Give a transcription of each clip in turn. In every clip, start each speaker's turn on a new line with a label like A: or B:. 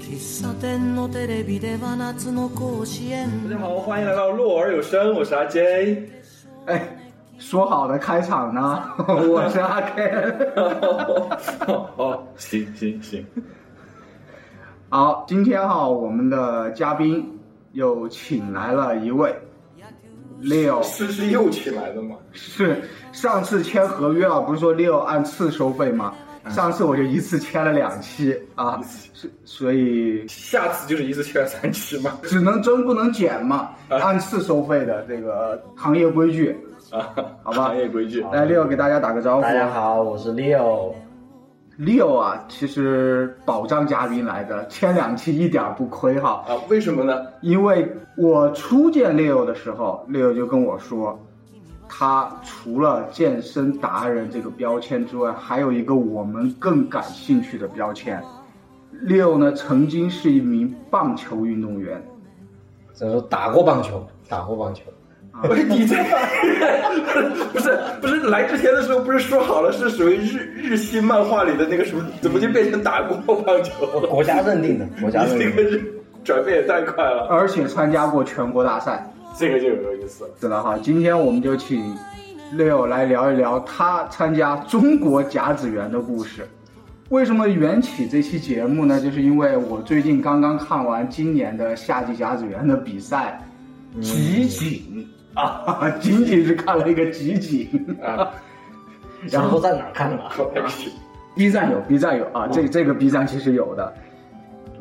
A: 喫茶店のテレビでは夏の甲子園
B: 大家好，欢迎来到落而有声，我是阿 J。
C: 哎，说好的开场呢？ 我是阿 Ken。
B: 哦，行行行，
C: 好，今天哈，我们的嘉宾又请来了一位 Leo，
B: 是是又起来的吗？
C: 是上次签合约啊，不是说 Leo 按次收费吗？上次我就一次签了两期啊，是所以
B: 下次就是一次切三期嘛。
C: 只能增不能减嘛，按次收费的这个行业规矩。
B: 啊，
C: 好吧
B: 行业规矩。
C: 来，Leo 给大家打个招呼。
D: 大家好，我是 Leo。
C: Leo 啊，其实保障嘉宾来的，签两期一点儿不亏哈。
B: 啊，为什么呢？
C: 因为我初见 Leo 的时候，Leo 就跟我说，他除了健身达人这个标签之外，还有一个我们更感兴趣的标签。Leo 呢，曾经是一名棒球运动员，
D: 这时候打过棒球，打过棒球，
B: 不是你这个，不是不是来之前的时候不是说好了是属于日日系漫画里的那个什么，怎么就变成打过棒球了？
D: 呃国家认 定的，国家认
B: 你这
D: 定
B: 啊个
D: 的。
B: 是转变也太快了，
C: 而且参加过全国大赛。
B: 这个就有意思了。
C: 是的哈，今天我们就请 Leo 来聊一聊他参加中国甲子园的故事。为什么缘起这期节目呢？就是因为我最近刚刚看完今年的夏季甲子园的比赛，
D: 嗯
C: 集锦、啊，仅仅是看了一个集锦。
B: 啊，
D: 然后在哪儿看的？
B: 我还是
C: B 站有，B 站有啊，这这个 B 站其实有的。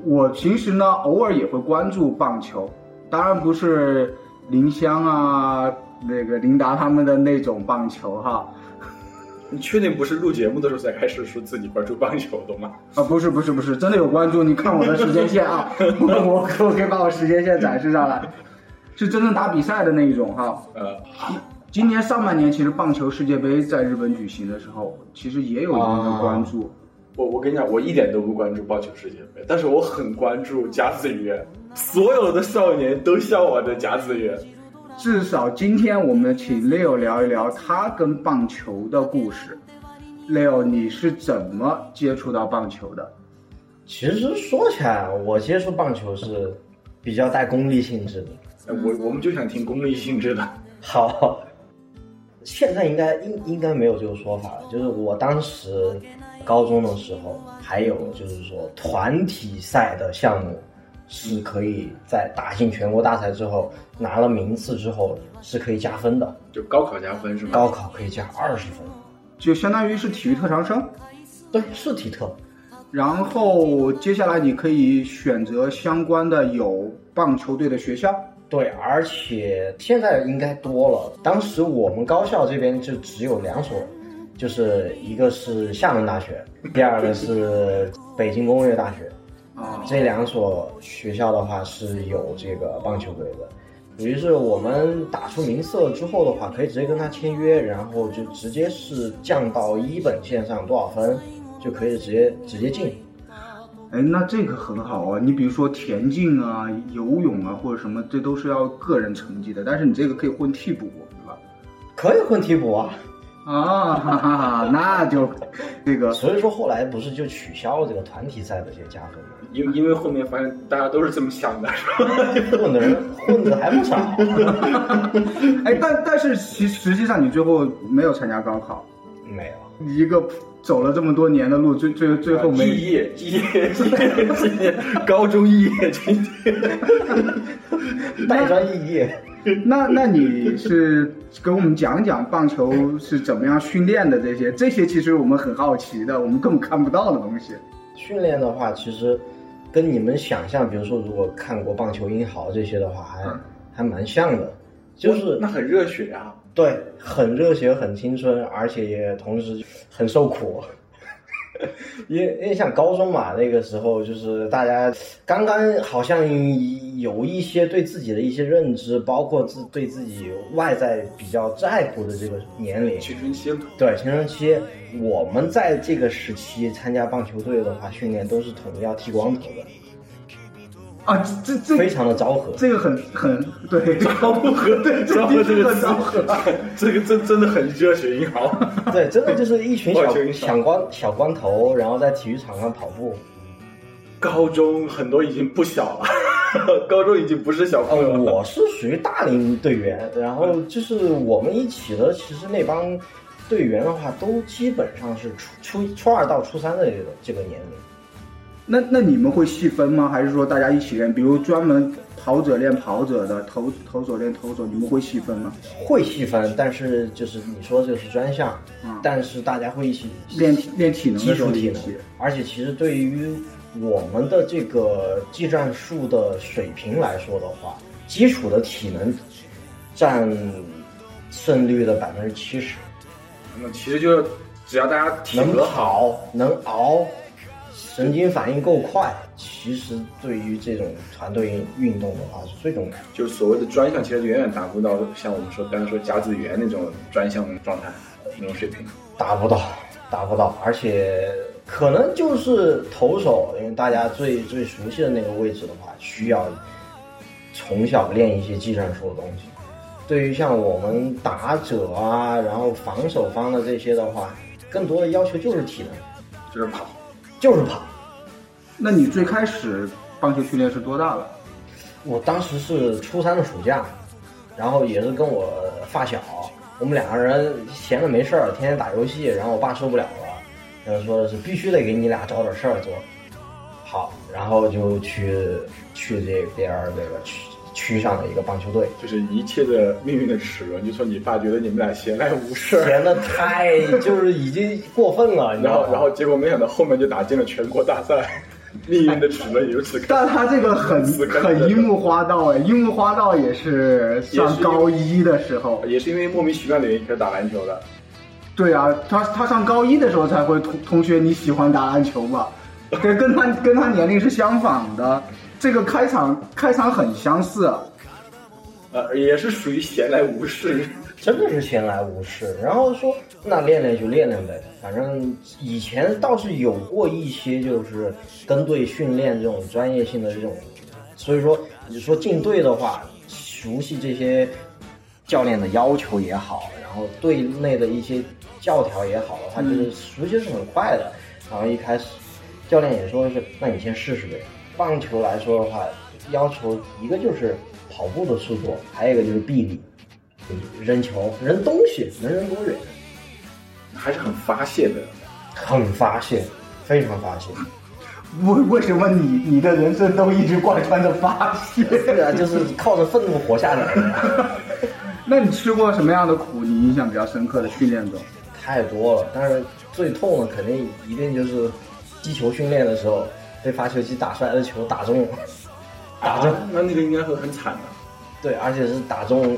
C: 我平时呢，偶尔也会关注棒球，当然不是林湘啊、那个林达他们的那种棒球哈，
B: 你确定不是录节目的时候才开始说自己关注棒球的吗？
C: 啊，不是不是不是，真的有关注，你看我的时间线啊，我我我可以把我时间线展示上来，是真正打比赛的那一种哈。
B: 呃，
C: 今年上半年其实棒球世界杯在日本举行的时候，其实也有一定的关注。
B: 我我跟你讲，我一点都不关注棒球世界杯，但是我很关注甲子园，所有的少年都向往着甲子园。
C: 至少今天我们请 Leo 聊一聊他跟棒球的故事。Leo，你是怎么接触到棒球的？
D: 其实说起来，我接触棒球是比较带功利性质的。
B: 哎我我们就想听功利性质的，
D: 好，现在应该应应该没有这个说法了。就是我当时高中的时候，还有就是说团体赛的项目是可以在打进全国大赛之后拿了名次之后是可以加分的，
B: 就高考加分是吗？
D: 高考可以加二十分。
C: 就相当于是体育特长生，
D: 对，是体特。
C: 然后接下来你可以选择相关的有棒球队的学校。
D: 对，而且现在应该多了。当时我们高校这边就只有两所，就是一个是厦门大学，第二个是北京工业大学。
C: 啊
D: 这两所学校的话是有这个棒球队的。于是我们打出名次之后的话，可以直接跟他签约，然后就直接是降到一本线上多少分，就可以直接直接进。
C: 哎，那这个很好啊。你比如说田径啊、游泳啊或者什么，这都是要个人成绩的，但是你这个可以混替补，对吧？
D: 可以混替补啊，
C: 啊，哈哈哈，那就这个
D: 所以说后来不是就取消了这个团体赛的这些加分吗？
B: 因因为后面发现大家都是这么想的，是吧？
D: 混的人混的还不少。
C: 哎，但但是其实际上你最后没有参加高考，
D: 没有，
C: 你一个走了这么多年的路，最最最后没
B: 毕业，毕业，毕业， 今年高中毕业，今天
D: 带专意义。
C: 那那你是给我们讲讲棒球是怎么样训练的这些？这些其实我们很好奇的，我们根本看不到的东西。
D: 训练的话，其实跟你们想象，比如说如果看过棒球英豪这些的话，还、还蛮像的，就是
B: 那很热血啊！
D: 对，很热血，很青春，而且也同时很受苦。 因为因为像高中嘛，那个时候就是大家刚刚好像有一些对自己的一些认知，包括自对自己外在比较在乎的这个年龄，
B: 青春期，
D: 对，青春期，我们在这个时期参加棒球队的话，训练都是统一要剃光头的，
C: 啊，这这
D: 非
C: 这
D: 常的昭和。
C: 这个很很 对，
B: 昭和，
C: 对，这
B: 昭和
C: 的
B: 这
C: 确
B: 个
C: 很
B: 词
C: 昭和。，
B: 这个真真的很热血银行。
D: 对，真的就是一群
B: 棒球
D: 小
B: 英雄
D: 小光小光头，然后在体育场上跑步。
B: 高中很多已经不小了， 高中已经不是小朋友了。
D: 我是属于大龄队员，然后就是我们一起的，其实那帮队员的话，都基本上是初初初二到初三的这个这个年龄。
C: 那那你们会细分吗？还是说大家一起练？比如专门跑者练跑者的，投投手练投手，你们会细分吗？
D: 会细分，但是就是你说这个是专项，但是大家会一起
C: 练练体能
D: 基
C: 的时
D: 础
C: 候
D: 体
C: 一
D: 能
C: 起。，
D: 而且其实对于我们的这个技战术的水平来说的话，基础的体能占胜率的百分之七十，
B: 那其实就是只要大家体
D: 能
B: 格好，
D: 跑能熬，神经反应够快，其实对于这种团队运动的话是最重要的。
B: 就是所谓的专项，其实远远达不到像我们说刚才说甲子园那种专项状态那种水平。
D: 达不到，达不到，而且可能就是投手，因为大家最最熟悉的那个位置的话，需要从小练一些技战术的东西。对于像我们打者啊，然后防守方的这些的话，更多的要求就是体能，
B: 就是跑，
D: 就是跑。
C: 那你最开始棒球训练是多大了？
D: 我当时是初三的暑假，然后也是跟我发小，我们两个人闲着没事儿，天天打游戏，然后我爸受不了了，然后说是必须得给你俩找点事儿做。好，然后就去去这边儿那个区区上的一个棒球队，
B: 就是一切的命运的齿轮，就从你爸觉得你们俩闲来无事儿，
D: 闲的太就是已经过分了，你知
B: 然
D: 道
B: 后
D: 吗？
B: 然后结果没想到后面就打进了全国大赛，命运的齿轮也由此开。
C: 但他这个很
B: 死磕
C: 很樱木花道哎，樱木花道也是上高一的时候，
B: 也是因为莫名其妙的原因开始打篮球的，
C: 对啊，他他上高一的时候才会同同学你喜欢打篮球嘛，跟跟他跟他年龄是相仿的，这个开场开场很相似。啊
B: 呃，也是属于闲来无事。
D: 真的是闲来无事，然后说那练练就练练呗，反正以前倒是有过一些就是跟队训练这种专业性的这种，所以说你说进队的话，熟悉这些教练的要求也好，然后队内的一些教条也好的话，就是熟悉是很快的。然后一开始教练也说是，那你先试试呗。棒球来说的话，要求一个就是跑步的速度，还有一个就是臂力。扔球、扔东西，能扔多远？
B: 还是很发泄的。
D: 很发泄，非常发泄。
C: 为为什么你你的人生都一直贯穿着发泄？
D: 对啊，就是靠着愤怒活下来的，
C: 那你吃过什么样的苦？你印象比较深刻的训练中？
D: 太多了。但是最痛的肯定一定就是击球训练的时候被发球机打出来的球打中，打中，
B: 那那个应该会很惨的。
D: 对，而且是打中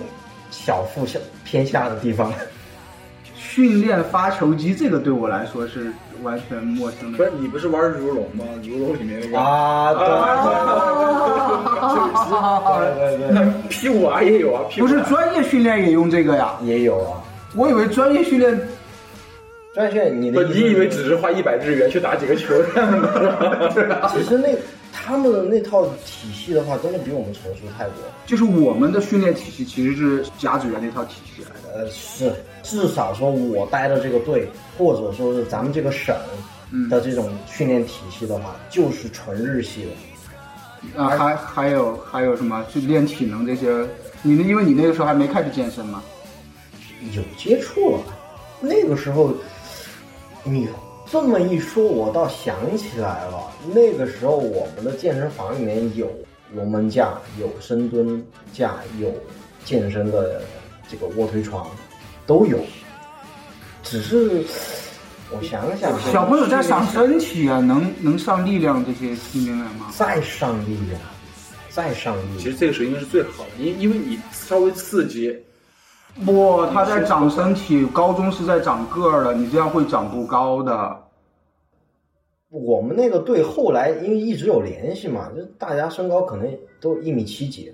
D: 小腹下偏下的地方。
C: 训练发球机这个对我来说是完全陌生
B: 不
C: 的。
B: 是你不是玩如龙吗？如龙里面那个
D: 啊，对对对对对，
B: ，P 五 R 也有啊，P
C: 不是专业训练也用这个呀？
D: 也有啊。
C: 我以为专业训练
D: 张炫，你
B: 不，
D: 的意思
B: 你以为
D: 是
B: 只是花一百日元去打几个球 这样吗？
D: 其实那他们的那套体系的话，真的比我们成熟太多。
C: 就是我们的训练体系其实是甲子园那套体系来的。
D: 呃，是，至少说我待的这个队，或者说是咱们这个省的这种训练体系的话，就是纯日系的。
C: 啊，还还有还有什么？去练体能这些？你那因为你那个时候还没开始健身嘛？
D: 有接触了。那个时候，你这么一说，我倒想起来了。那个时候，我们的健身房里面有龙门架，有深蹲架，有健身的这个卧推床，都有。只是我想想，
C: 小朋友在上身体啊，能能上力量这些训练吗？
D: 再上力量，再上力
B: 其
D: 量
B: 实，这个时候应该是最好的，因因为你稍微刺激，
C: 不，他在长身体，高中是在长个儿的，你这样会长不高的。
D: 我们那个队后来因为一直有联系嘛，就大家身高可能都一米七几。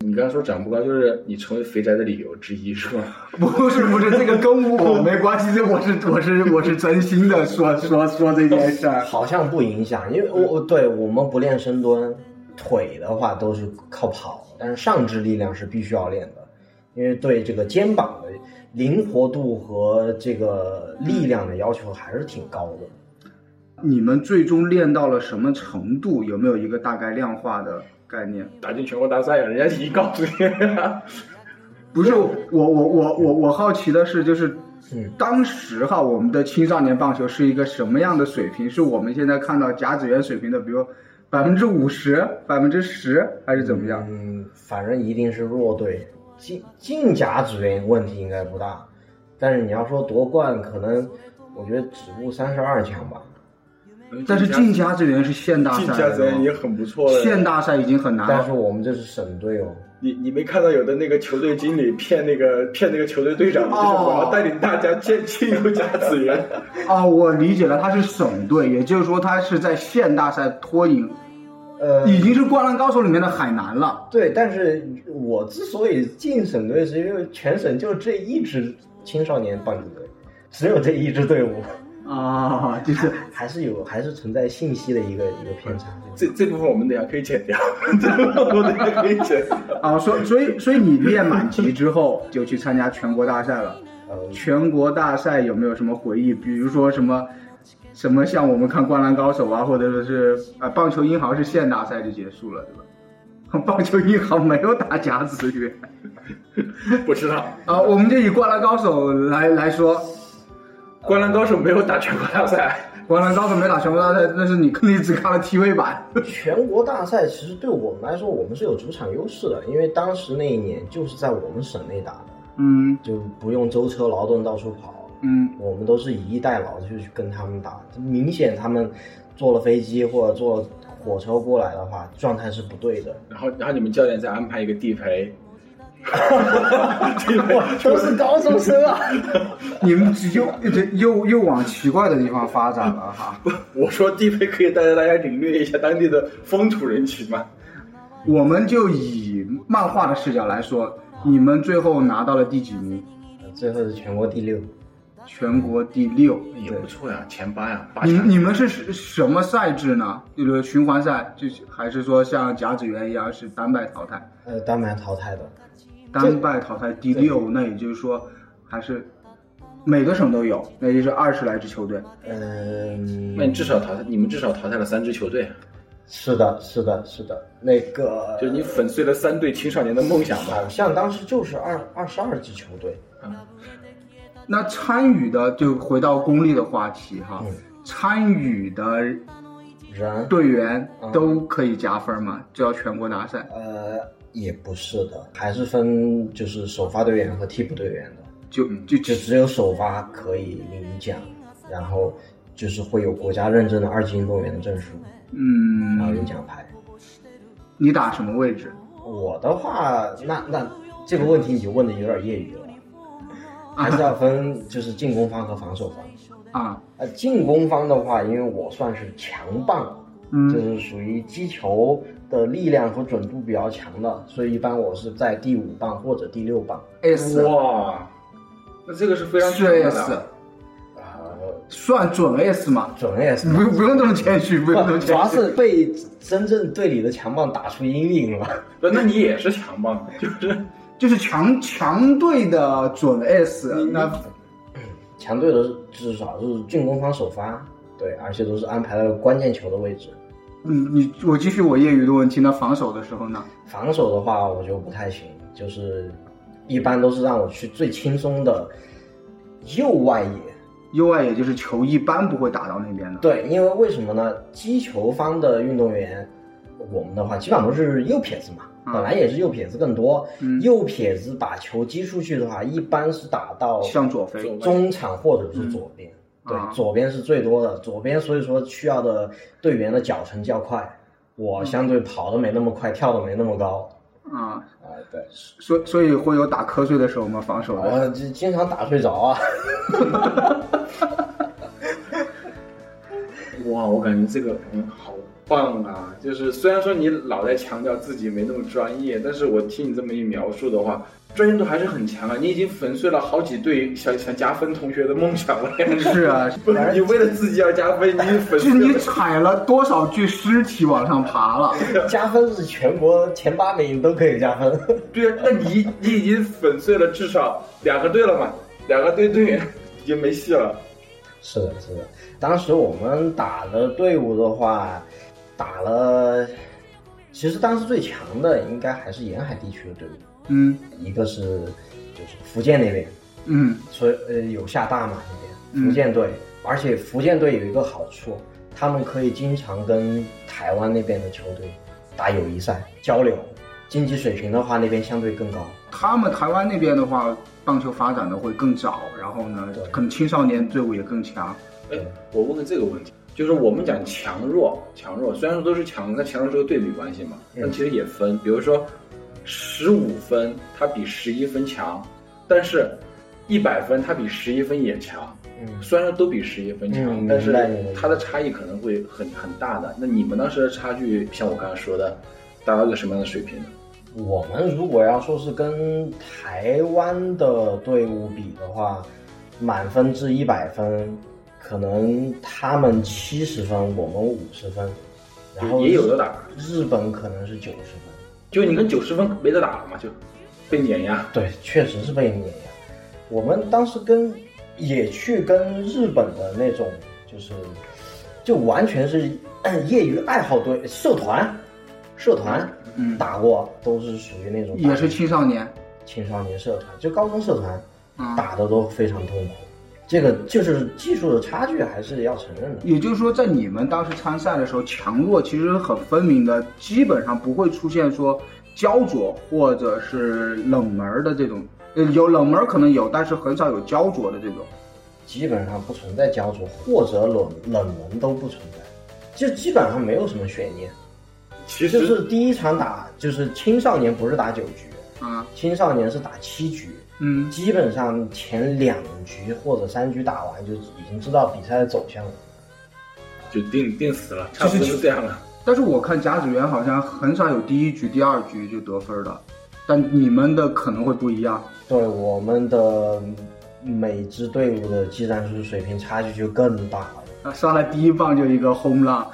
B: 你刚才说长不高，就是你成为肥宅的理由之一，是吗？
C: 不是不是，这个跟我没关系，这 我是我是我是真心的说说说这件事儿。
D: 好像不影响，因为我我对我们不练深蹲，腿的话都是靠跑，但是上肢力量是必须要练的，因为对这个肩膀的灵活度和这个力量的要求还是挺高的。
C: 你们最终练到了什么程度？有没有一个大概量化的概念？
B: 打进全国大赛啊，人家一告诉你，
C: 不是我我我我我好奇的是，就是
D: 嗯
C: 当时哈，我们的青少年棒球是一个什么样的水平？是我们现在看到甲子园水平的，比如百分之五十、百分之十，还是怎么样？
D: 嗯，反正一定是弱队。进进甲子园问题应该不大，但是你要说夺冠，可能我觉得止步三十二强吧。
C: 但是进甲子园是县 大
B: 进
C: 赛
B: 甲
C: 来
B: 子
C: 的
B: 园也
C: 吗，
B: 很不错了。
C: 县大赛已经很难
D: 但
C: 了
D: 是。我们这是省队哦，
B: 你你没看到有的那个球队经理骗那个骗那个球队队长，就是
C: 哦
B: 我要带领大家进进入甲子园。
C: 啊，我理解了，他是省队，也就是说他是在县大赛脱颖，
D: 呃，
C: 已经是《灌篮高手》里面的海南了。
D: 对，但是我之所以进省队，是因为全省就这一支青少年棒球队，只有这一支队伍，
C: 啊，就是
D: 还是有还是存在信息的一个一个偏差。
B: 这这部分我们等一下可以剪掉，这部分我们等一下可以剪掉。
C: 啊，所所以所以你练满级之后就去参加全国大赛了。
D: 呃，
C: 全国大赛有没有什么回忆？比如说什么什么像我们看《灌篮高手》啊，或者说是啊，棒球银行是县大赛就结束了，对吧？棒球银行没有打甲子园
B: 不知道，
C: 啊，我们就以《灌篮高手来》来说，呃
B: 《灌篮高手》没有打全国大赛，
C: 《灌篮高手》没打全国大赛，那是你 你只看了 TV 版。
D: 全国大赛其实对我们来说，我们是有主场优势的，因为当时那一年就是在我们省内打的，
C: 嗯
D: 就不用舟车劳顿到处跑，
C: 嗯
D: 我们都是以逸待劳，就去跟他们打。明显他们坐了飞机或者坐了火车过来的话，状态是不对的。
B: 然后然后你们教练再安排一个地 陪，
D: 哇，都是高中生啊！
C: 你们只又这又又往奇怪的地方发展了哈。
B: 我说地陪可以带着大家领略一下当地的风土人情嘛。
C: 我们就以漫画的视角来说，你们最后拿到了第几名？
D: 最后是全国第六，
C: 全国第六。
B: 也不错呀，前八呀，八
C: 你
B: 强。
C: 你们是什什么赛制呢？就是循环赛，就是还是说像甲子园一样是单败淘汰？
D: 呃，丹麦淘汰的。
C: 单败淘汰第六，那也就是说还是每个省都有，那就是二十来支球队。
D: 嗯、
B: 那你至少淘汰，你们至少淘汰了三支球队，啊
D: 是的，是的，是的，那个
B: 就是你粉碎了三队青少年的梦想吧。
D: 好像当时就是二二十二支球队，
C: 那参与的就回到公立的话题哈，
D: 嗯
C: 参与的
D: 人
C: 队员
D: 嗯
C: 都可以加分嘛？只要全国大赛
D: 呃，也不是的，还是分就是首发队员和替补队员的，
C: 就就
D: 就只有首发可以领奖，然后就是会有国家认证的二级运动员的证书，然
C: 嗯，
D: 后啊有奖牌。
C: 你打什么位置？
D: 我的话，那那这个问题你就问的有点业余了，还是要分就是进攻方和防守方。
C: 啊，
D: 呃，进攻方的话，因为我算是强棒，就
C: 嗯
D: 是属于击球的力量和准度比较强的，所以一般我是在第五棒或者第六棒。
C: ，S
B: 哇，那这个是非常
C: 是
B: 重要
C: S，
B: 的。
D: 呃，
C: 算准 S 吗？
D: 准 S，
C: 不不用这么谦虚，不用这么谦虚。
D: 哦主要是被真正队里的强棒打出阴影了。
B: 对，那你也是强棒，就是
C: 就是强强队的准 S，那
D: 强队的至少是进攻方首发，对，而且都是安排了关键球的位置。
C: 你你我继续我业余的问题，那防守的时候呢？
D: 防守的话，我就不太行，就是一般都是让我去最轻松的右外野。
C: 右外也就是球一般不会打到那边的。
D: 对，因为为什么呢？击球方的运动员，我们的话基本上都是右撇子嘛，
C: 嗯
D: 本来也是右撇子更多。
C: 嗯
D: 右撇子把球击出去的话，一般是打到
C: 向左飞，
D: 中场或者是左边。
C: 啊
D: 对，左边是最多的，左边所以说需要的队员的脚程较快，我相对跑的没那么快，跳的没那么高。
C: 啊，
D: 啊、对，
C: 所所以会有打瞌睡的时候吗？防守的，
D: 我就经常打睡着啊。
B: 哇，我感觉这个嗯好棒啊！就是虽然说你老在强调自己没那么专业，但是我听你这么一描述的话，专业度还是很强啊！你已经粉碎了好几对想想加分同学的梦想了。
C: 是啊，
B: 不是你为了自己要加分，你已经粉
C: 就是
B: 碎
C: 你
B: 了。
C: 踩了多少具尸体往上爬了？
D: 加分是全国前八名都可以加分。
B: 对啊，那你你 已经粉碎了至少两个队了嘛？两个队队员已经没戏了。
D: 是的，是的。当时我们打的队伍的话，打了，其实当时最强的应该还是沿海地区的队伍，
C: 嗯
D: 一个是就是福建那边，
C: 嗯
D: 所以呃有厦大嘛
C: 嗯
D: 那边福建队，而且福建队有一个好处，他们可以经常跟台湾那边的球队打友谊赛交流，竞技水平的话那边相对更高。
C: 他们台湾那边的话，棒球发展的会更早，然后呢
D: 对，
C: 可能青少年队伍也更强。
B: 哎，我问个这个问题，就是我们讲强弱，强弱虽然说都是强，但强弱是个对比关系嘛，
D: 嗯
B: 但其实也分，比如说十五分它比十一分强，但是一百分它比十一分也强，
D: 嗯，
B: 虽然说都比十一分强，
D: 嗯
B: 但是
D: 明白明白
B: 它的差异可能会很很大的。那你们当时的差距，像我刚才说的，达到一个什么样的水平呢？
D: 我们如果要说是跟台湾的队伍比的话，满分至一百分，可能他们七十分，我们五十分，然后
B: 也有的打，
D: 日本可能是九十分。
B: 就你跟九十分没得打了嘛，就被碾压。
D: 对，确实是被碾压。我们当时跟也去跟日本的那种，就是就完全是呃业余爱好队社团，社团
C: 嗯
D: 打过，都是属于那种
C: 也是青少年。
D: 青少年社团，就高中社团
C: 嗯，
D: 打的都非常痛苦。这个就是技术的差距，还是要承认的。
C: 也就是说，在你们当时参赛的时候，强弱其实很分明的，基本上不会出现说焦灼或者是冷门儿的这种。呃，有冷门儿可能有，但是很少有焦灼的这种。
D: 基本上不存在焦灼或者冷冷门都不存在，就基本上没有什么悬念。
B: 其
D: 就
B: 实
D: 是第一场打，就是青少年不是打九局，
C: 啊，
D: 青少年是打七局，
C: 嗯
D: 基本上前两局或者三局打完就已经知道比赛的走向了。
B: 就定定死了，差不多就这样了。，
C: 但是我看甲子园好像很少有第一局、第二局就得分儿的，但你们的可能会不一样。
D: 对我们的每支队伍的技战术水平差距就更大了。
C: 啊，上来第一棒就一个轰浪，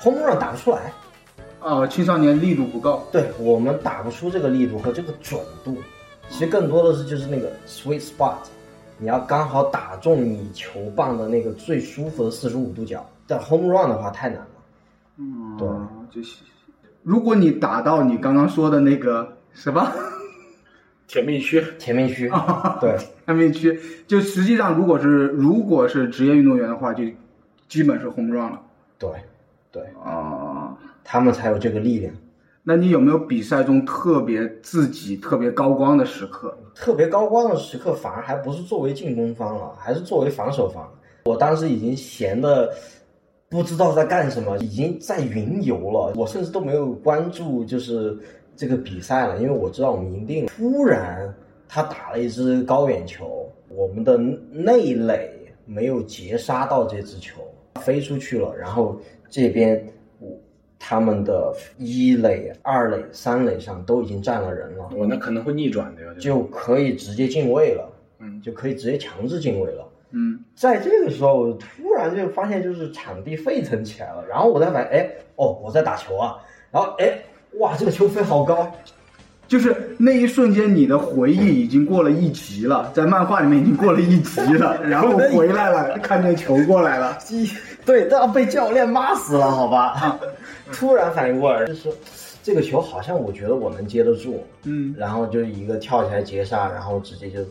D: 轰不打不出来，
C: 啊，青少年力度不够。
D: 对我们打不出这个力度和这个准度，其实更多的是就是那个 sweet spot，你要刚好打中你球棒的那个最舒服的四十五度角。但 home run 的话太难了，
C: 嗯，
D: 对
C: 就是如果你打到你刚刚说的那个什么
B: 甜蜜区，
D: 甜蜜区，对，
C: 还没区，就实际上如果是如果是职业运动员的话，就基本是 home run 了。
D: 对，对，
C: 哦，
D: 他们才有这个力量。
C: 那你有没有比赛中特别自己特别高光的时刻？
D: 特别高光的时刻，反而还不是作为进攻方了，还是作为防守方。啊我当时已经闲的不知道在干什么，已经在云游了，我甚至都没有关注就是这个比赛了，因为我知道我们赢定了。突然他打了一支高远球，我们的内垒没有截杀到这支球，飞出去了，然后这边。我他们的一垒、二垒、三垒上都已经站了人了，
B: 我那可能会逆转的呀。就
D: 就可以直接进位了，
B: 嗯
D: 就可以直接强制进位了。
C: 嗯，
D: 在这个时候，我突然就发现就是场地沸腾起来了，然后我在反应，哎，哦，我在打球啊，然后哎，哇，这个球飞好高，
C: 就是那一瞬间，你的回忆已经过了一集了，在漫画里面已经过了一集了，然后回来了，看见球过来了。
D: 鸡，对，都要被教练骂死了，好 吧？突然反应过来，就是这个球好像我觉得我能接得住，
C: 嗯，
D: 然后就一个跳起来截杀，然后直接就就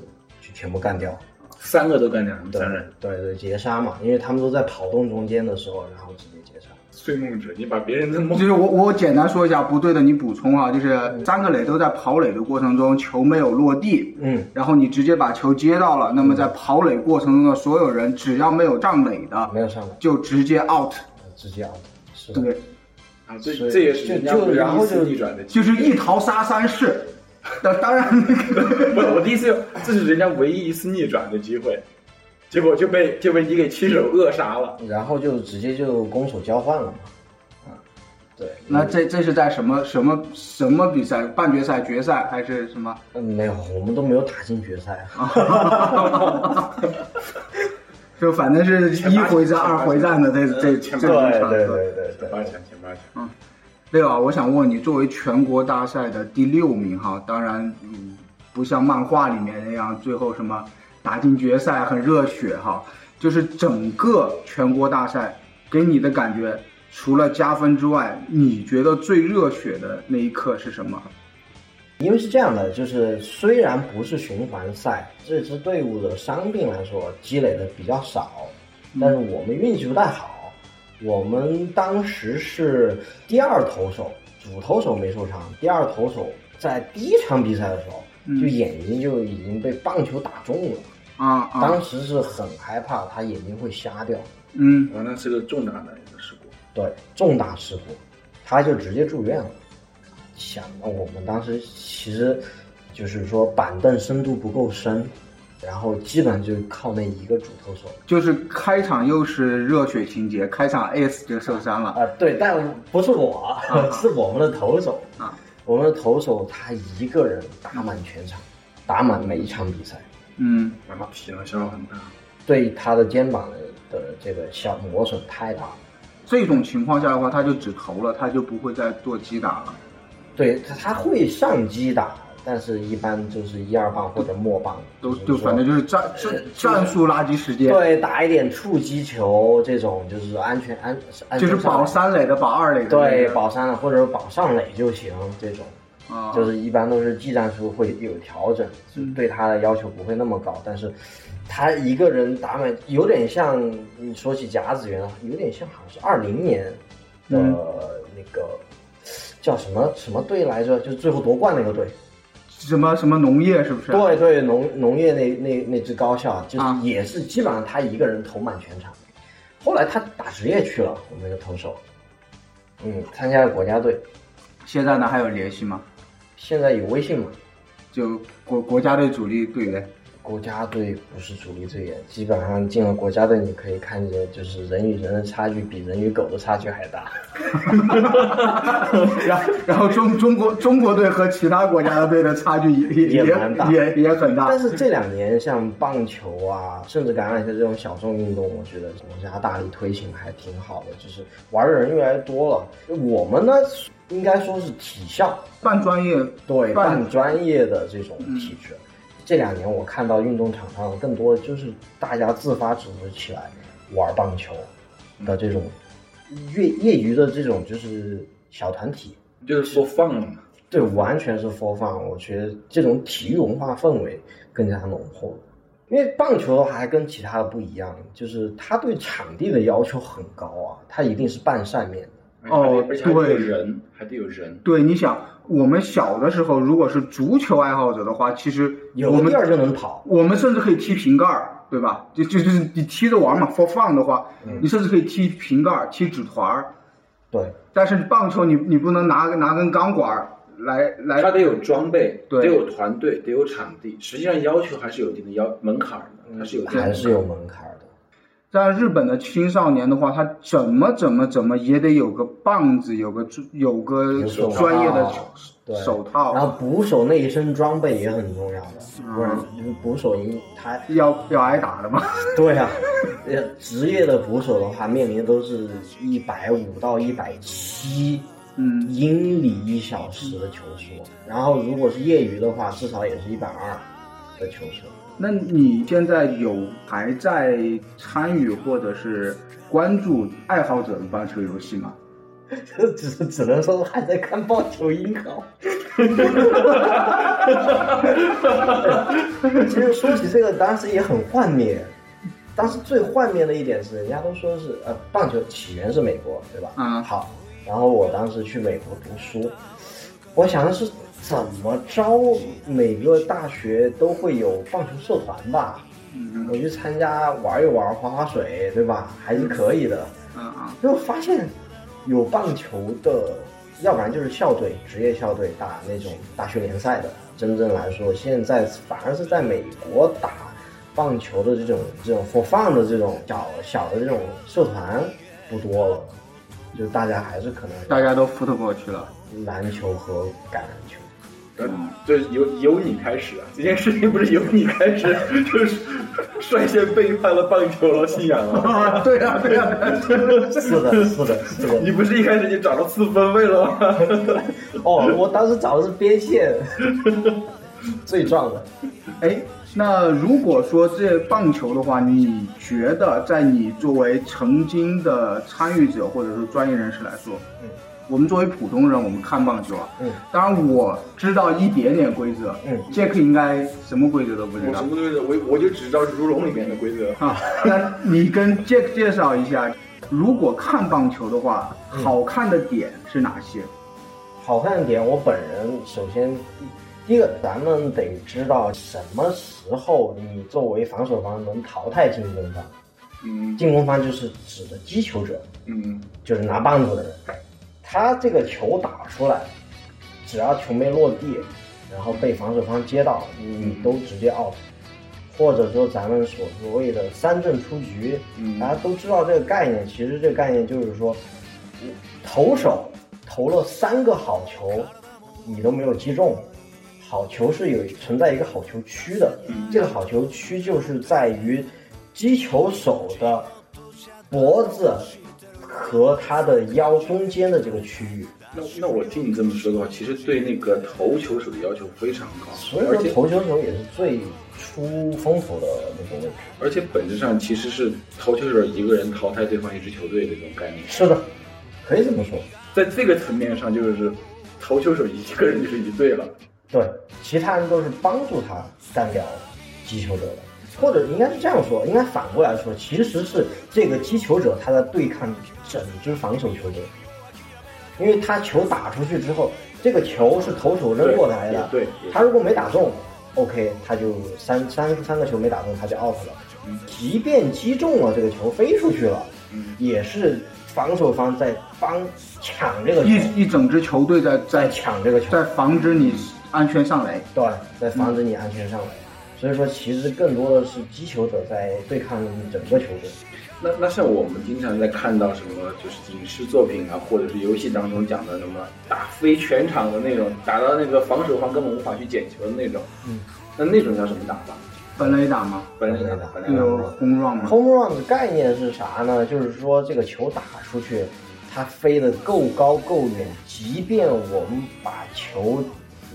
D: 全部干掉。
B: 三个都干掉，
D: 对
B: 三人
D: 对对，截杀嘛，因为他们都在跑动中间的时候，然后直接截杀。
B: 睡梦者，你把别人的梦
C: 就是我我简单说一下，不对的你补充啊，就是三个垒都在跑垒的过程中，球没有落地，
D: 嗯，
C: 然后你直接把球接到了，那么在跑垒过程中的所有人，只要没有上垒的，
D: 没有上来。
C: 就直接 out。
D: 直接 out。是的，
C: 对，
B: 啊，这
D: 是
B: 这也是
D: 就
B: 人家
D: 就
B: 唯一
D: 然后
B: 一次
D: 就
B: 逆转的机
C: 就
B: 会，
C: 是一淘沙三世。当当然，那个
B: 不是我的意思就，这是人家唯一一次逆转的机会，结果就被就被你给亲手扼杀了。
D: 然后就直接就攻守交换了嘛。啊，对，
C: 那这这是在什么什么什么比赛？半决赛、决赛还是什么？
D: 嗯没有，我们都没有打进决赛啊。
C: 就反正是一回战、二回战的这这这
B: 前
C: 这
B: 八
C: 种
D: 对
C: 场
D: 对
C: 合。
D: 对 对
B: 前
D: 对，
B: 八强，前八强，
C: 对啊，我想问你，作为全国大赛的第六名哈，当然，嗯，不像漫画里面那样最后什么打进决赛很热血哈，就是整个全国大赛给你的感觉，除了加分之外，你觉得最热血的那一刻是什么？
D: 因为是这样的，就是虽然不是循环赛，这支队伍的伤病来说积累的比较少，但是我们运气不太好。我们当时是第二投手，主投手没受伤，第二投手在第一场比赛的时候，
C: 嗯
D: 就眼睛就已经被棒球打中了，
C: 啊啊，
D: 当时是很害怕他眼睛会瞎掉，
C: 嗯
B: 完了是个重大的一个事故。
D: 对，重大事故，他就直接住院了。想到我们当时其实就是说板凳深度不够深，然后基本上就靠那一个主投手。
C: 就是开场又是热血情节，开场 ACE 就受伤
D: 啊、
C: 了
D: 对，但不是我， 是我们的投手。
C: 啊，
D: 我们的投手他一个人打满全场，打满每一场比赛，
C: 嗯
B: 完了体能消耗很大。
D: 对他的肩膀的这个小磨损太大了。
C: 这种情况下的话，他就只投了，他就不会再做击打了。
D: 对他他会上击打，但是一般就是一二棒或者末棒，
C: 都
D: 就是
C: 就
D: 说
C: 反正就是战战战术垃圾时间，
D: 对，打一点触击球这种就是安全安安
C: 就是保
D: 上
C: 三垒的，保二垒的那个，
D: 对保三了或者保上垒就行这种，
C: 啊，嗯
D: 就是一般都是技战术会有调整，就对他的要求不会那么高，但是他一个人打满有点像你说起甲子园，啊有点像好像是二零年的
C: 嗯
D: 那个、叫什么什么队来着，就是最后夺冠那个队。
C: 什么什么农业是不是？
D: 对对，农农业那那那支高校，就是
C: 啊
D: 也是基本上他一个人投满全场。后来他打职业去了，我们那个投手，嗯，参加了国家队，
C: 现在呢还有联系吗？
D: 现在有微信嘛？
C: 就国国家队主力队员，
D: 国家队不是主力队员，基本上进了国家队，你可以看见就是人与人的差距比人与狗的差距还大。
C: 然后然后中中国中国队和其他国家的队的差距也
D: 也
C: 也
D: 蛮大
C: 也也很大
D: 但。是这两年像棒球啊，甚至橄榄球这种小众运动，我觉得国家大力推行还挺好的，就是玩的人越来越多了。我们呢，应该说是体校，
C: 半专业
D: 对
C: 半
D: 半专嗯业的这种体制。这两年我看到运动场上更多就是大家自发组织起来玩棒球的这种业业余的这种就是小团体，
B: 就是说放了嘛，
D: 对，完全是播放。我觉得这种体育文化氛围更加浓厚了。因为棒球的话还跟其他的不一样，就是它对场地的要求很高啊，它一定是半扇面的。
C: 哦
B: 而且哎还得有
C: 对
B: 人，还得有人。
C: 对，你想，我们小的时候如果是足球爱好者的话，其实
D: 有
C: 我
D: 个
C: 们
D: 地儿就能跑，
C: 我们甚至可以踢瓶盖儿，对吧？就就就是你踢着玩嘛，for fun 的话，
D: 嗯
C: 你甚至可以踢瓶盖儿、踢纸团儿。
D: 对，
C: 但是棒球你你不能拿拿根钢管儿来来
B: 他得有装备，
C: 对
B: 得有团队，得有场地，实际上要求还是有一定的要门槛儿的，它是有
D: 还是有门槛儿的。
C: 在日本的青少年的话，他怎么怎么怎么也得有个棒子，有个有个
D: 有手套
C: 专业的
D: 对
C: 手套，
D: 然后捕手那一身装备也很重要的，不然捕手一他
C: 要要挨打的嘛。
D: 对啊，呃职业的捕手的话，面临的都是一百五到一百七
C: 嗯，
D: 英里一小时的球速，然后如果是业余的话，至少也是一百二的球速。
C: 那你现在有还在参与或者是关注爱好者的棒球游戏吗？
D: 这 只是只能说还在看棒球英豪。 其实说起这个，当时也很幻灭。当时最幻灭的一点是，人家都说是呃，棒球起源是美国，对吧？
C: 嗯
D: 好，然后我当时去美国读书，我想的是怎么招每个大学都会有棒球社团吧？
C: 嗯
D: 我去参加玩一玩，划划水，对吧？还是可以的。
C: 嗯啊，
D: 然后发现有棒球的，要不然就是校队、职业校队打那种大学联赛的。真正来说，现在反而是在美国打棒球的这种这种 for fun 的这种小小的这种社团不多了，就大家还是可能
C: 大家都 football 去 了。
D: 篮球和橄榄球。
B: 呃，就是由由你开始啊，这件事情不是由你开始， 就是率先背叛了棒球了信仰了。
C: 啊，对啊，对啊，
D: 是的，是的，是的。
B: 你不是一开始就找到四分位了吗？
D: 哦，我当时找的是边线，最壮的。
C: 哎，那如果说这棒球的话，你觉得在你作为曾经的参与者或者是专业人士来说，
D: 嗯，
C: 我们作为普通人，我们看棒球啊，
D: 嗯，
C: 当然我知道一点点规则，
D: 嗯
C: ，Jack 应该什么规则都不知
B: 我
C: 道
B: 什么规则，我我就只知道如龙里面的规则。
C: 啊。那你跟 Jack 介绍一下，如果看棒球的话，
D: 嗯
C: 好看的点是哪些？
D: 好看的点，我本人首先第一个，咱们得知道什么时候你作为防守方能淘汰进攻方，
B: 嗯
D: 进攻方就是指的击球者，
B: 嗯
D: 就是拿棒子的人，他这个球打出来，只要球没落地，然后被防守方接到，你
B: 嗯
D: 都直接 out，或者说咱们所谓的三振出局，
B: 嗯
D: 大家都知道这个概念。其实这个概念就是说，投手投了三个好球，你都没有击中。好球是有存在一个好球区的，这个好球区就是在于击球手的脖子和他的腰中间的这个区域，
B: 那那我听你这么说的话，其实对那个投球手的要求非常高，
D: 所以
B: 而
D: 说
B: 且
D: 投球手也是最出风头的那个位置。
B: 而且本质上其实是投球手一个人淘汰对方一支球队的这种概念，
D: 是的，可以这么说。
B: 在这个层面上就是投球手一个人就是一队了。
D: 对，其他人都是帮助他干掉击球者的，或者应该是这样说，应该反过来说，其实是这个击球者他在对抗整支防守球队，因为他球打出去之后，这个球是投手扔过来的，
B: 对对对
D: 他如果没打中，OK，他就三三三个球没打中，他就 out 了。
B: 嗯
D: 即便击中了这个球飞出去了，也是防守方在帮抢这个球，
C: 一一整支球队在
D: 在
C: 在
D: 抢这个球，
C: 在防止你安全上垒。
D: 对，在防止你安全上来。所以说，其实更多的是击球者在对抗整个球队。
B: 那那像我们经常在看到什么，就是影视作品啊，或者是游戏当中讲的什么打飞全场的那种，打到那个防守方根本无法去捡球的那种。
D: 嗯，
B: 那那种叫什么打法？
C: 本垒打吗？
B: 本垒打，本
C: 就
B: 垒
C: 有
B: 打。
C: 轰 run 吗？
D: Home run 的概念是啥呢？就是说这个球打出去，它飞得够高够远，即便我们把球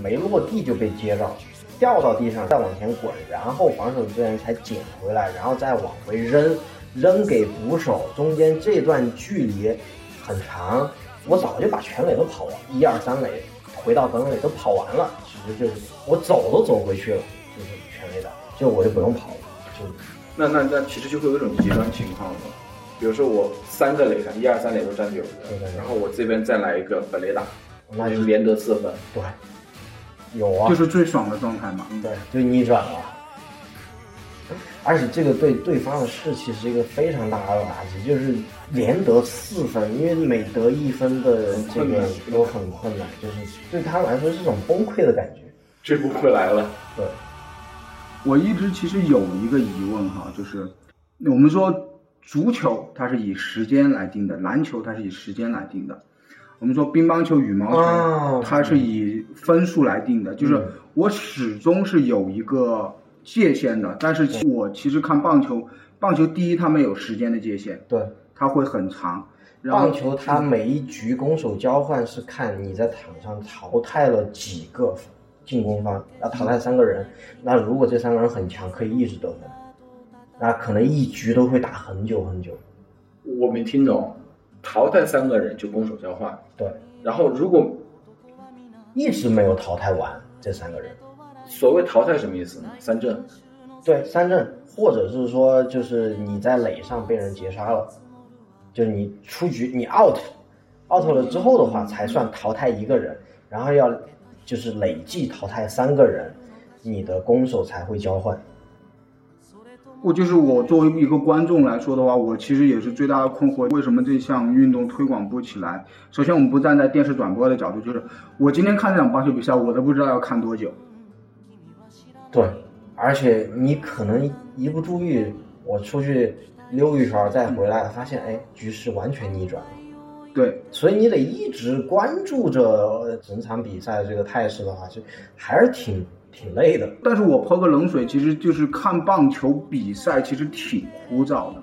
D: 没落地就被接到，掉到地上再往前滚，然后防守队员才捡回来，然后再往回扔，扔给捕手，中间这段距离很长，我早就把全垒都跑完，一二三垒回到本垒都跑完了，其实就是我走都走回去了，就是全垒打，就我就不用跑了，就是。
B: 那那那其实就会有一种极端情况了，比如说我三个垒上，一二三垒都占有
D: 对对
B: 的
D: 对，
B: 然后我这边再来一个本垒打，
D: 那就
B: 就是连得四分。
D: 对，有啊，
C: 就是最爽的状态嘛。
D: 对，就逆转了。而且这个对对方的士气是一个非常大的打击，就是连得四分，因为每得一分的这
B: 很困
D: 个
B: 难
D: 都很困难，就是对他来说是一种崩溃的感觉。
B: 追不回来了。
D: 对，
C: 我一直其实有一个疑问哈，就是我们说足球它是以时间来定的，篮球它是以时间来定的，我们说乒乓球、羽毛球、
D: 哦
C: 它是以分数来定的，就是
D: 嗯
C: 我始终是有一个界限的。但是我其实看棒球，棒球第一它没有时间的界限，
D: 对，
C: 它会很长。然后
D: 棒球它每一局攻守交换是看你在场上淘汰了几个进攻方，要淘汰三个人，那如果这三个人很强，可以一直得分，那可能一局都会打很久很久。
B: 我没听懂，淘汰三个人就攻守交换，
D: 对，
B: 然后如果
D: 一直没有淘汰完这三个人。
B: 所谓淘汰什么意思呢？三阵。
D: 对，三振，或者是说就是你在垒上被人截杀了，就是你出局，你 out，out 了之后的话才算淘汰一个人，然后要就是累计淘汰三个人，你的攻守才会交换。
C: 我就是我作为一个观众来说的话，我其实也是最大的困惑，为什么这项运动推广不起来？首先，我们不站在电视转播的角度，就是我今天看这场棒球比赛，我都不知道要看多久。
D: 对，而且你可能一不注意，我出去溜一圈儿再回来，发现哎，局势完全逆转了。
C: 对，
D: 所以你得一直关注着整场比赛这个态势的话，就还是挺挺累的。
C: 但是我泼个冷水，其实就是看棒球比赛，其实挺枯燥的。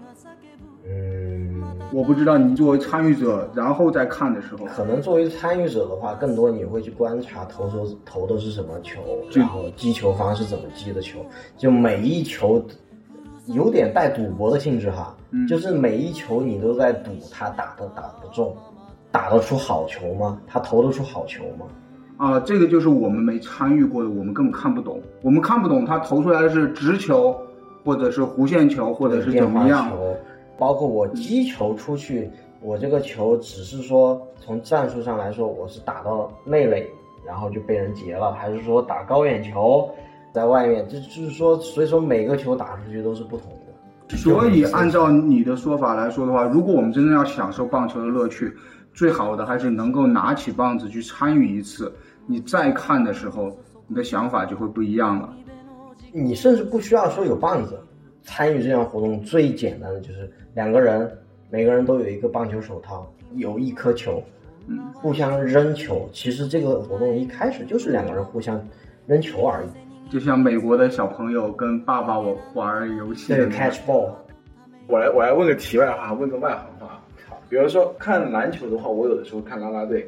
D: 嗯，
C: 我不知道你作为参与者，然后再看的时候，
D: 可能作为参与者的话，更多你会去观察投球投的是什么球，然后击球方是怎么击的球，就每一球有点带赌博的性质哈，
C: 嗯
D: 就是每一球你都在赌他打的打不中，打得出好球吗？他投得出好球吗？
C: 啊，这个就是我们没参与过的，我们根本看不懂，我们看不懂他投出来的是直球，或者是弧线球，或者是
D: 变
C: 怎
D: 化
C: 么样。嗯
D: 球，包括我击球出去，我这个球只是说从战术上来说，我是打到内垒，然后就被人截了，还是说打高远球在外面？这就是说，所以说每个球打出去都是不同的。
C: 所以按照你的说法来说的话，如果我们真正要享受棒球的乐趣，最好的还是能够拿起棒子去参与一次。你再看的时候，你的想法就会不一样了。
D: 你甚至不需要说有棒子，参与这项活动最简单的就是两个人，每个人都有一个棒球手套，有一颗球，
C: 嗯
D: 互相扔球。其实这个活动一开始就是两个人互相扔球而已。
C: 就像美国的小朋友跟爸爸我玩游戏的
D: 对
C: 那种
D: ，catch ball。
B: 我来我来问个题外话，问个外行话。比如说看篮球的话，我有的时候看啦啦队，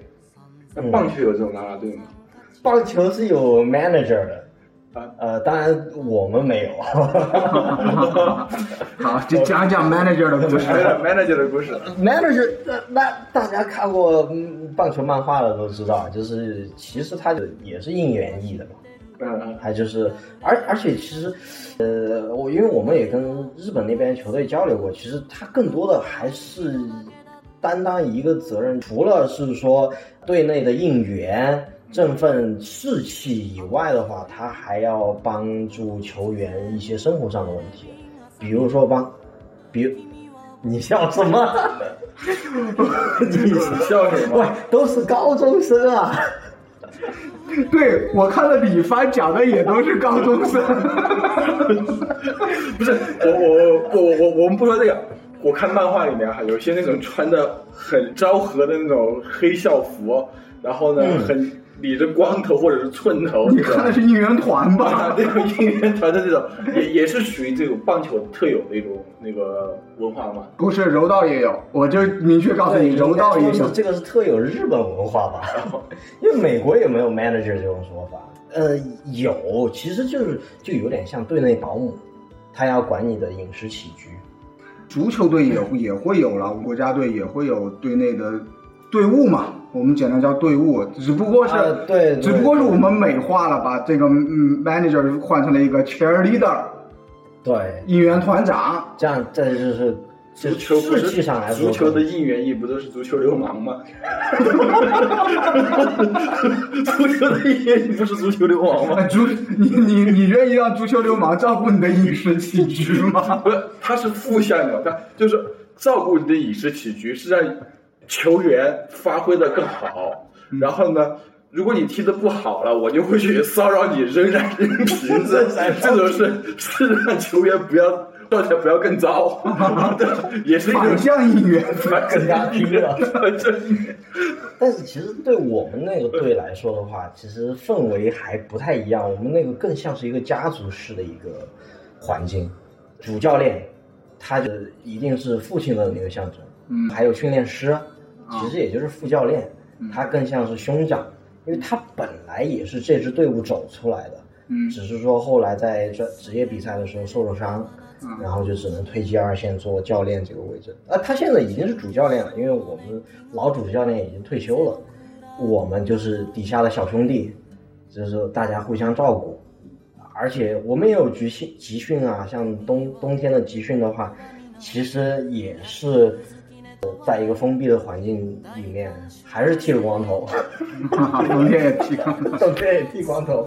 B: 那
D: 嗯
B: 棒球有这种啦啦队吗？
D: 棒球是有 manager 的
B: 啊，
D: 呃，当然我们没有
C: 好，就讲讲 manager 的故事。
B: manager 的故事，嗯
D: manager 那。那大家看过嗯棒球漫画的都知道，就是其实它也是应援役的嘛，
B: 嗯嗯，
D: 它就是，而而且其实，呃，我因为我们也跟日本那边球队交流过，其实它更多的还是担当一个责任，除了是说队内的应援。振奋士气以外的话，他还要帮助球员一些生活上的问题，比如说帮，比如，你笑什么？ 你
B: 笑什 么
D: 喂，都是高中生啊！
C: 对我看了李帆讲的也都是高中生，
B: 不是我我我我我我们不说这个，我看漫画里面哈，有些那种穿的很昭和的那种黑校服，然后呢、
D: 嗯
B: 很理着光头或者是寸头，
C: 你
B: 这种
C: 看的是应援团
B: 啊，
C: 吧？
B: 这个应援团的这种也也是属于这种棒球特有的一种那个文化嘛。
C: 不是，柔道也有，我就明确告诉
D: 对，
C: 你，柔道也
D: 应该
C: 有
D: 说是。这个是特有日本文化吧？因为美国也没有 manager 这种说法。呃，有，其实就是就有点像队内保姆，他要管你的饮食起居。
C: 足球队也也会有了，国家队也会有队内的队伍嘛，我们简单叫队伍，只不过是、
D: 啊对对
C: 只不过是我们美化了，把这个嗯 manager 换成了一个 cheerleader
D: 对，
C: 应援团长。
D: 这样这就是就
B: 足球不
D: 士
B: 是
D: 气上来说，
B: 足球的应援役不都是足球流氓吗？ 足球的应援役不是足球流氓
D: 哦
B: 吗？
C: 哎足，你你你愿意让足球流氓照顾你的饮食起居吗？
B: 不是，它是负向的，它就是照顾你的饮食起居，是让球员发挥的更好。然后呢，如果你踢的不好了，我就会去骚扰你，扔燃扔瓶子
D: 扔燃，
B: 这种是是让球员不要状态不要更糟，对也是一种
C: 反向应援，
D: 更加低了。
B: 这
D: 但是其实对我们那个队来说的话，其实氛围还不太一样。我们那个更像是一个家族式的一个环境，主教练他就一定是父亲的那个象征，
C: 嗯
D: 还有训练师，其实也就是副教练，他更像是兄长，因为他本来也是这支队伍走出来的，
C: 嗯
D: 只是说后来在专职业比赛的时候受了伤，然后就只能退居二线做教练这个位置。啊，他现在已经是主教练了，因为我们老主教练已经退休了，我们就是底下的小兄弟，就是大家互相照顾。而且我们也有集训集训啊，像冬冬天的集训的话，其实也是呃在一个封闭的环境里面，还是剃了光头。
C: 冯天也提纲 了。
D: 对，剃光头，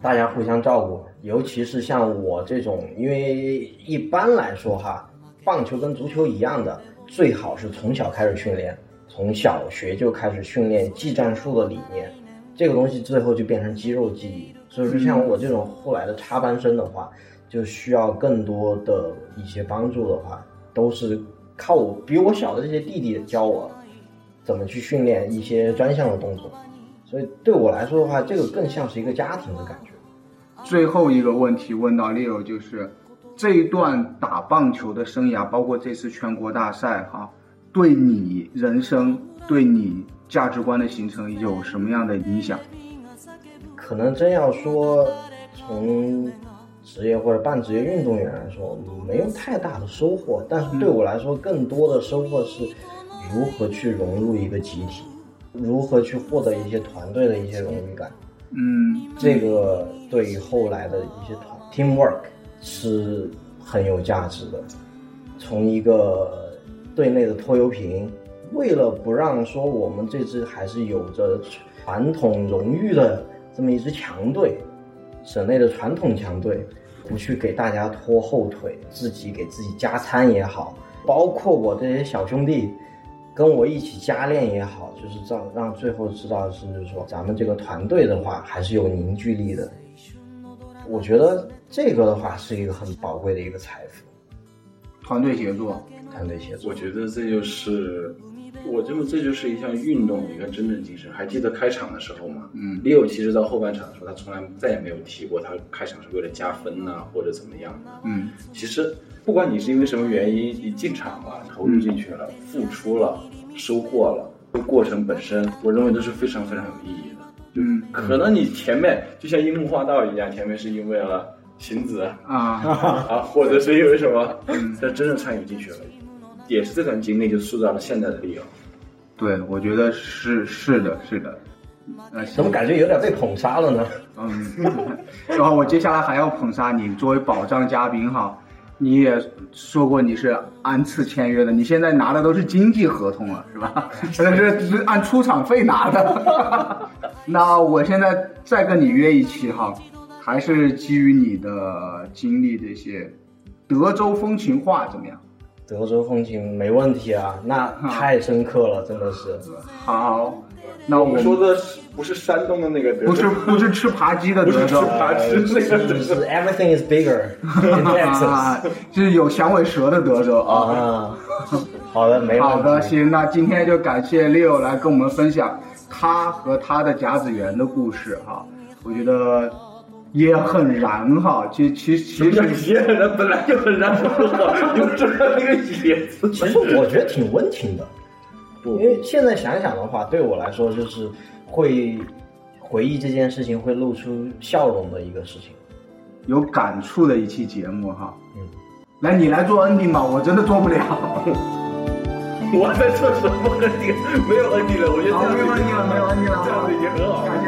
D: 大家互相照顾，尤其是像我这种，因为一般来说哈，棒球跟足球一样的，最好是从小开始训练，从小学就开始训练技战术的理念，这个东西最后就变成肌肉记忆。所以说，像我这种后来的插班生的话，就需要更多的一些帮助的话，都是靠我比我小的这些弟弟教我怎么去训练一些专项的动作。所以对我来说的话，这个更像是一个家庭的感觉。
C: 最后一个问题问到 Leo 就是，这一段打棒球的生涯，包括这次全国大赛哈、对你人生、对你价值观的形成有什么样的影响？
D: 可能真要说从职业或者半职业运动员来说，没有太大的收获，但是对我来说，更多的收获是如何去融入一个集体，如何去获得一些团队的一些荣誉感。
C: 嗯，
D: 这个对于后来的一些团 teamwork 是很有价值的。从一个队内的拖油瓶，为了不让说我们这支还是有着传统荣誉的这么一支强队，省内的传统强队，不去给大家拖后腿，自己给自己加餐也好，包括我这些小兄弟，跟我一起加练也好，就是让让最后知道是就是说咱们这个团队的话还是有凝聚力的。我觉得这个的话是一个很宝贵的一个财富，
C: 团队协作，
D: 团队协作
B: 我。觉得这就是，我认为这就是一项运动的一个真正精神。还记得开场的时候吗？
C: 嗯
B: ，Leo 其实到后半场的时候，他从来再也没有提过他开场是为了加分呐、或者怎么样的。
C: 嗯
B: 其实不管你是因为什么原因，你进场了，投入进去了，付出了，收获了，这个过程本身，我认为都是非常非常有意义的。
C: 嗯
B: 可能你前面就像樱木花道一样，前面是因为了晴子，
C: 啊，
B: 啊，或者是因为什么，
C: 嗯
B: 但真正参与进去了，也是这段经历就塑造了现在的利奥。
C: 对，我觉得是是的，是的。呃，
D: 怎么感觉有点被捧杀了呢？
C: 嗯，然后我接下来还要捧杀你，作为保障嘉宾哈，你也说过你是按次签约的，你现在拿的都是经纪合同了，是吧？现在是是按出场费拿的。 那我现在再跟你约一期哈，还是基于你的经历这些，德州风情画怎么样？
D: 德州风情没问题啊，那太深刻了，真的是。
C: 好，那我
B: 我
C: 们
B: 们说的是不是山东的那个德
C: 不是不是吃扒鸡的
B: 啊不是
C: 德
B: 吃
C: 州。
B: 扒鸡
D: 是是是，everything is bigger in
C: 啊
D: Texas ，
C: 就是有响尾蛇的德州啊，
D: 啊。 好的，没问题。
C: 好的，行，那今天就感谢 Leo 来跟我们分享他和他的甲子园的故事哈，我觉得也很燃哈，其其其
B: 叫
C: 实
B: 野人，本来就很燃不火，又知道那个野字。
D: 其实我觉得挺温情的，因
B: 不，
D: 为现在想想的话，对我来说就是会回忆这件事情，会露出笑容的一个事情。
C: 有感触的一期节目哈。
D: 嗯，
C: 来，你来做 ending 吧，我真的做不了。
B: 我在做什么？你没有 ND 了，我觉得
C: 好，没
B: 这
C: 有
B: 样
C: ending 啊了，没有 ending
B: 这样子已
C: 了。
B: 经很好了。
C: 感谢啊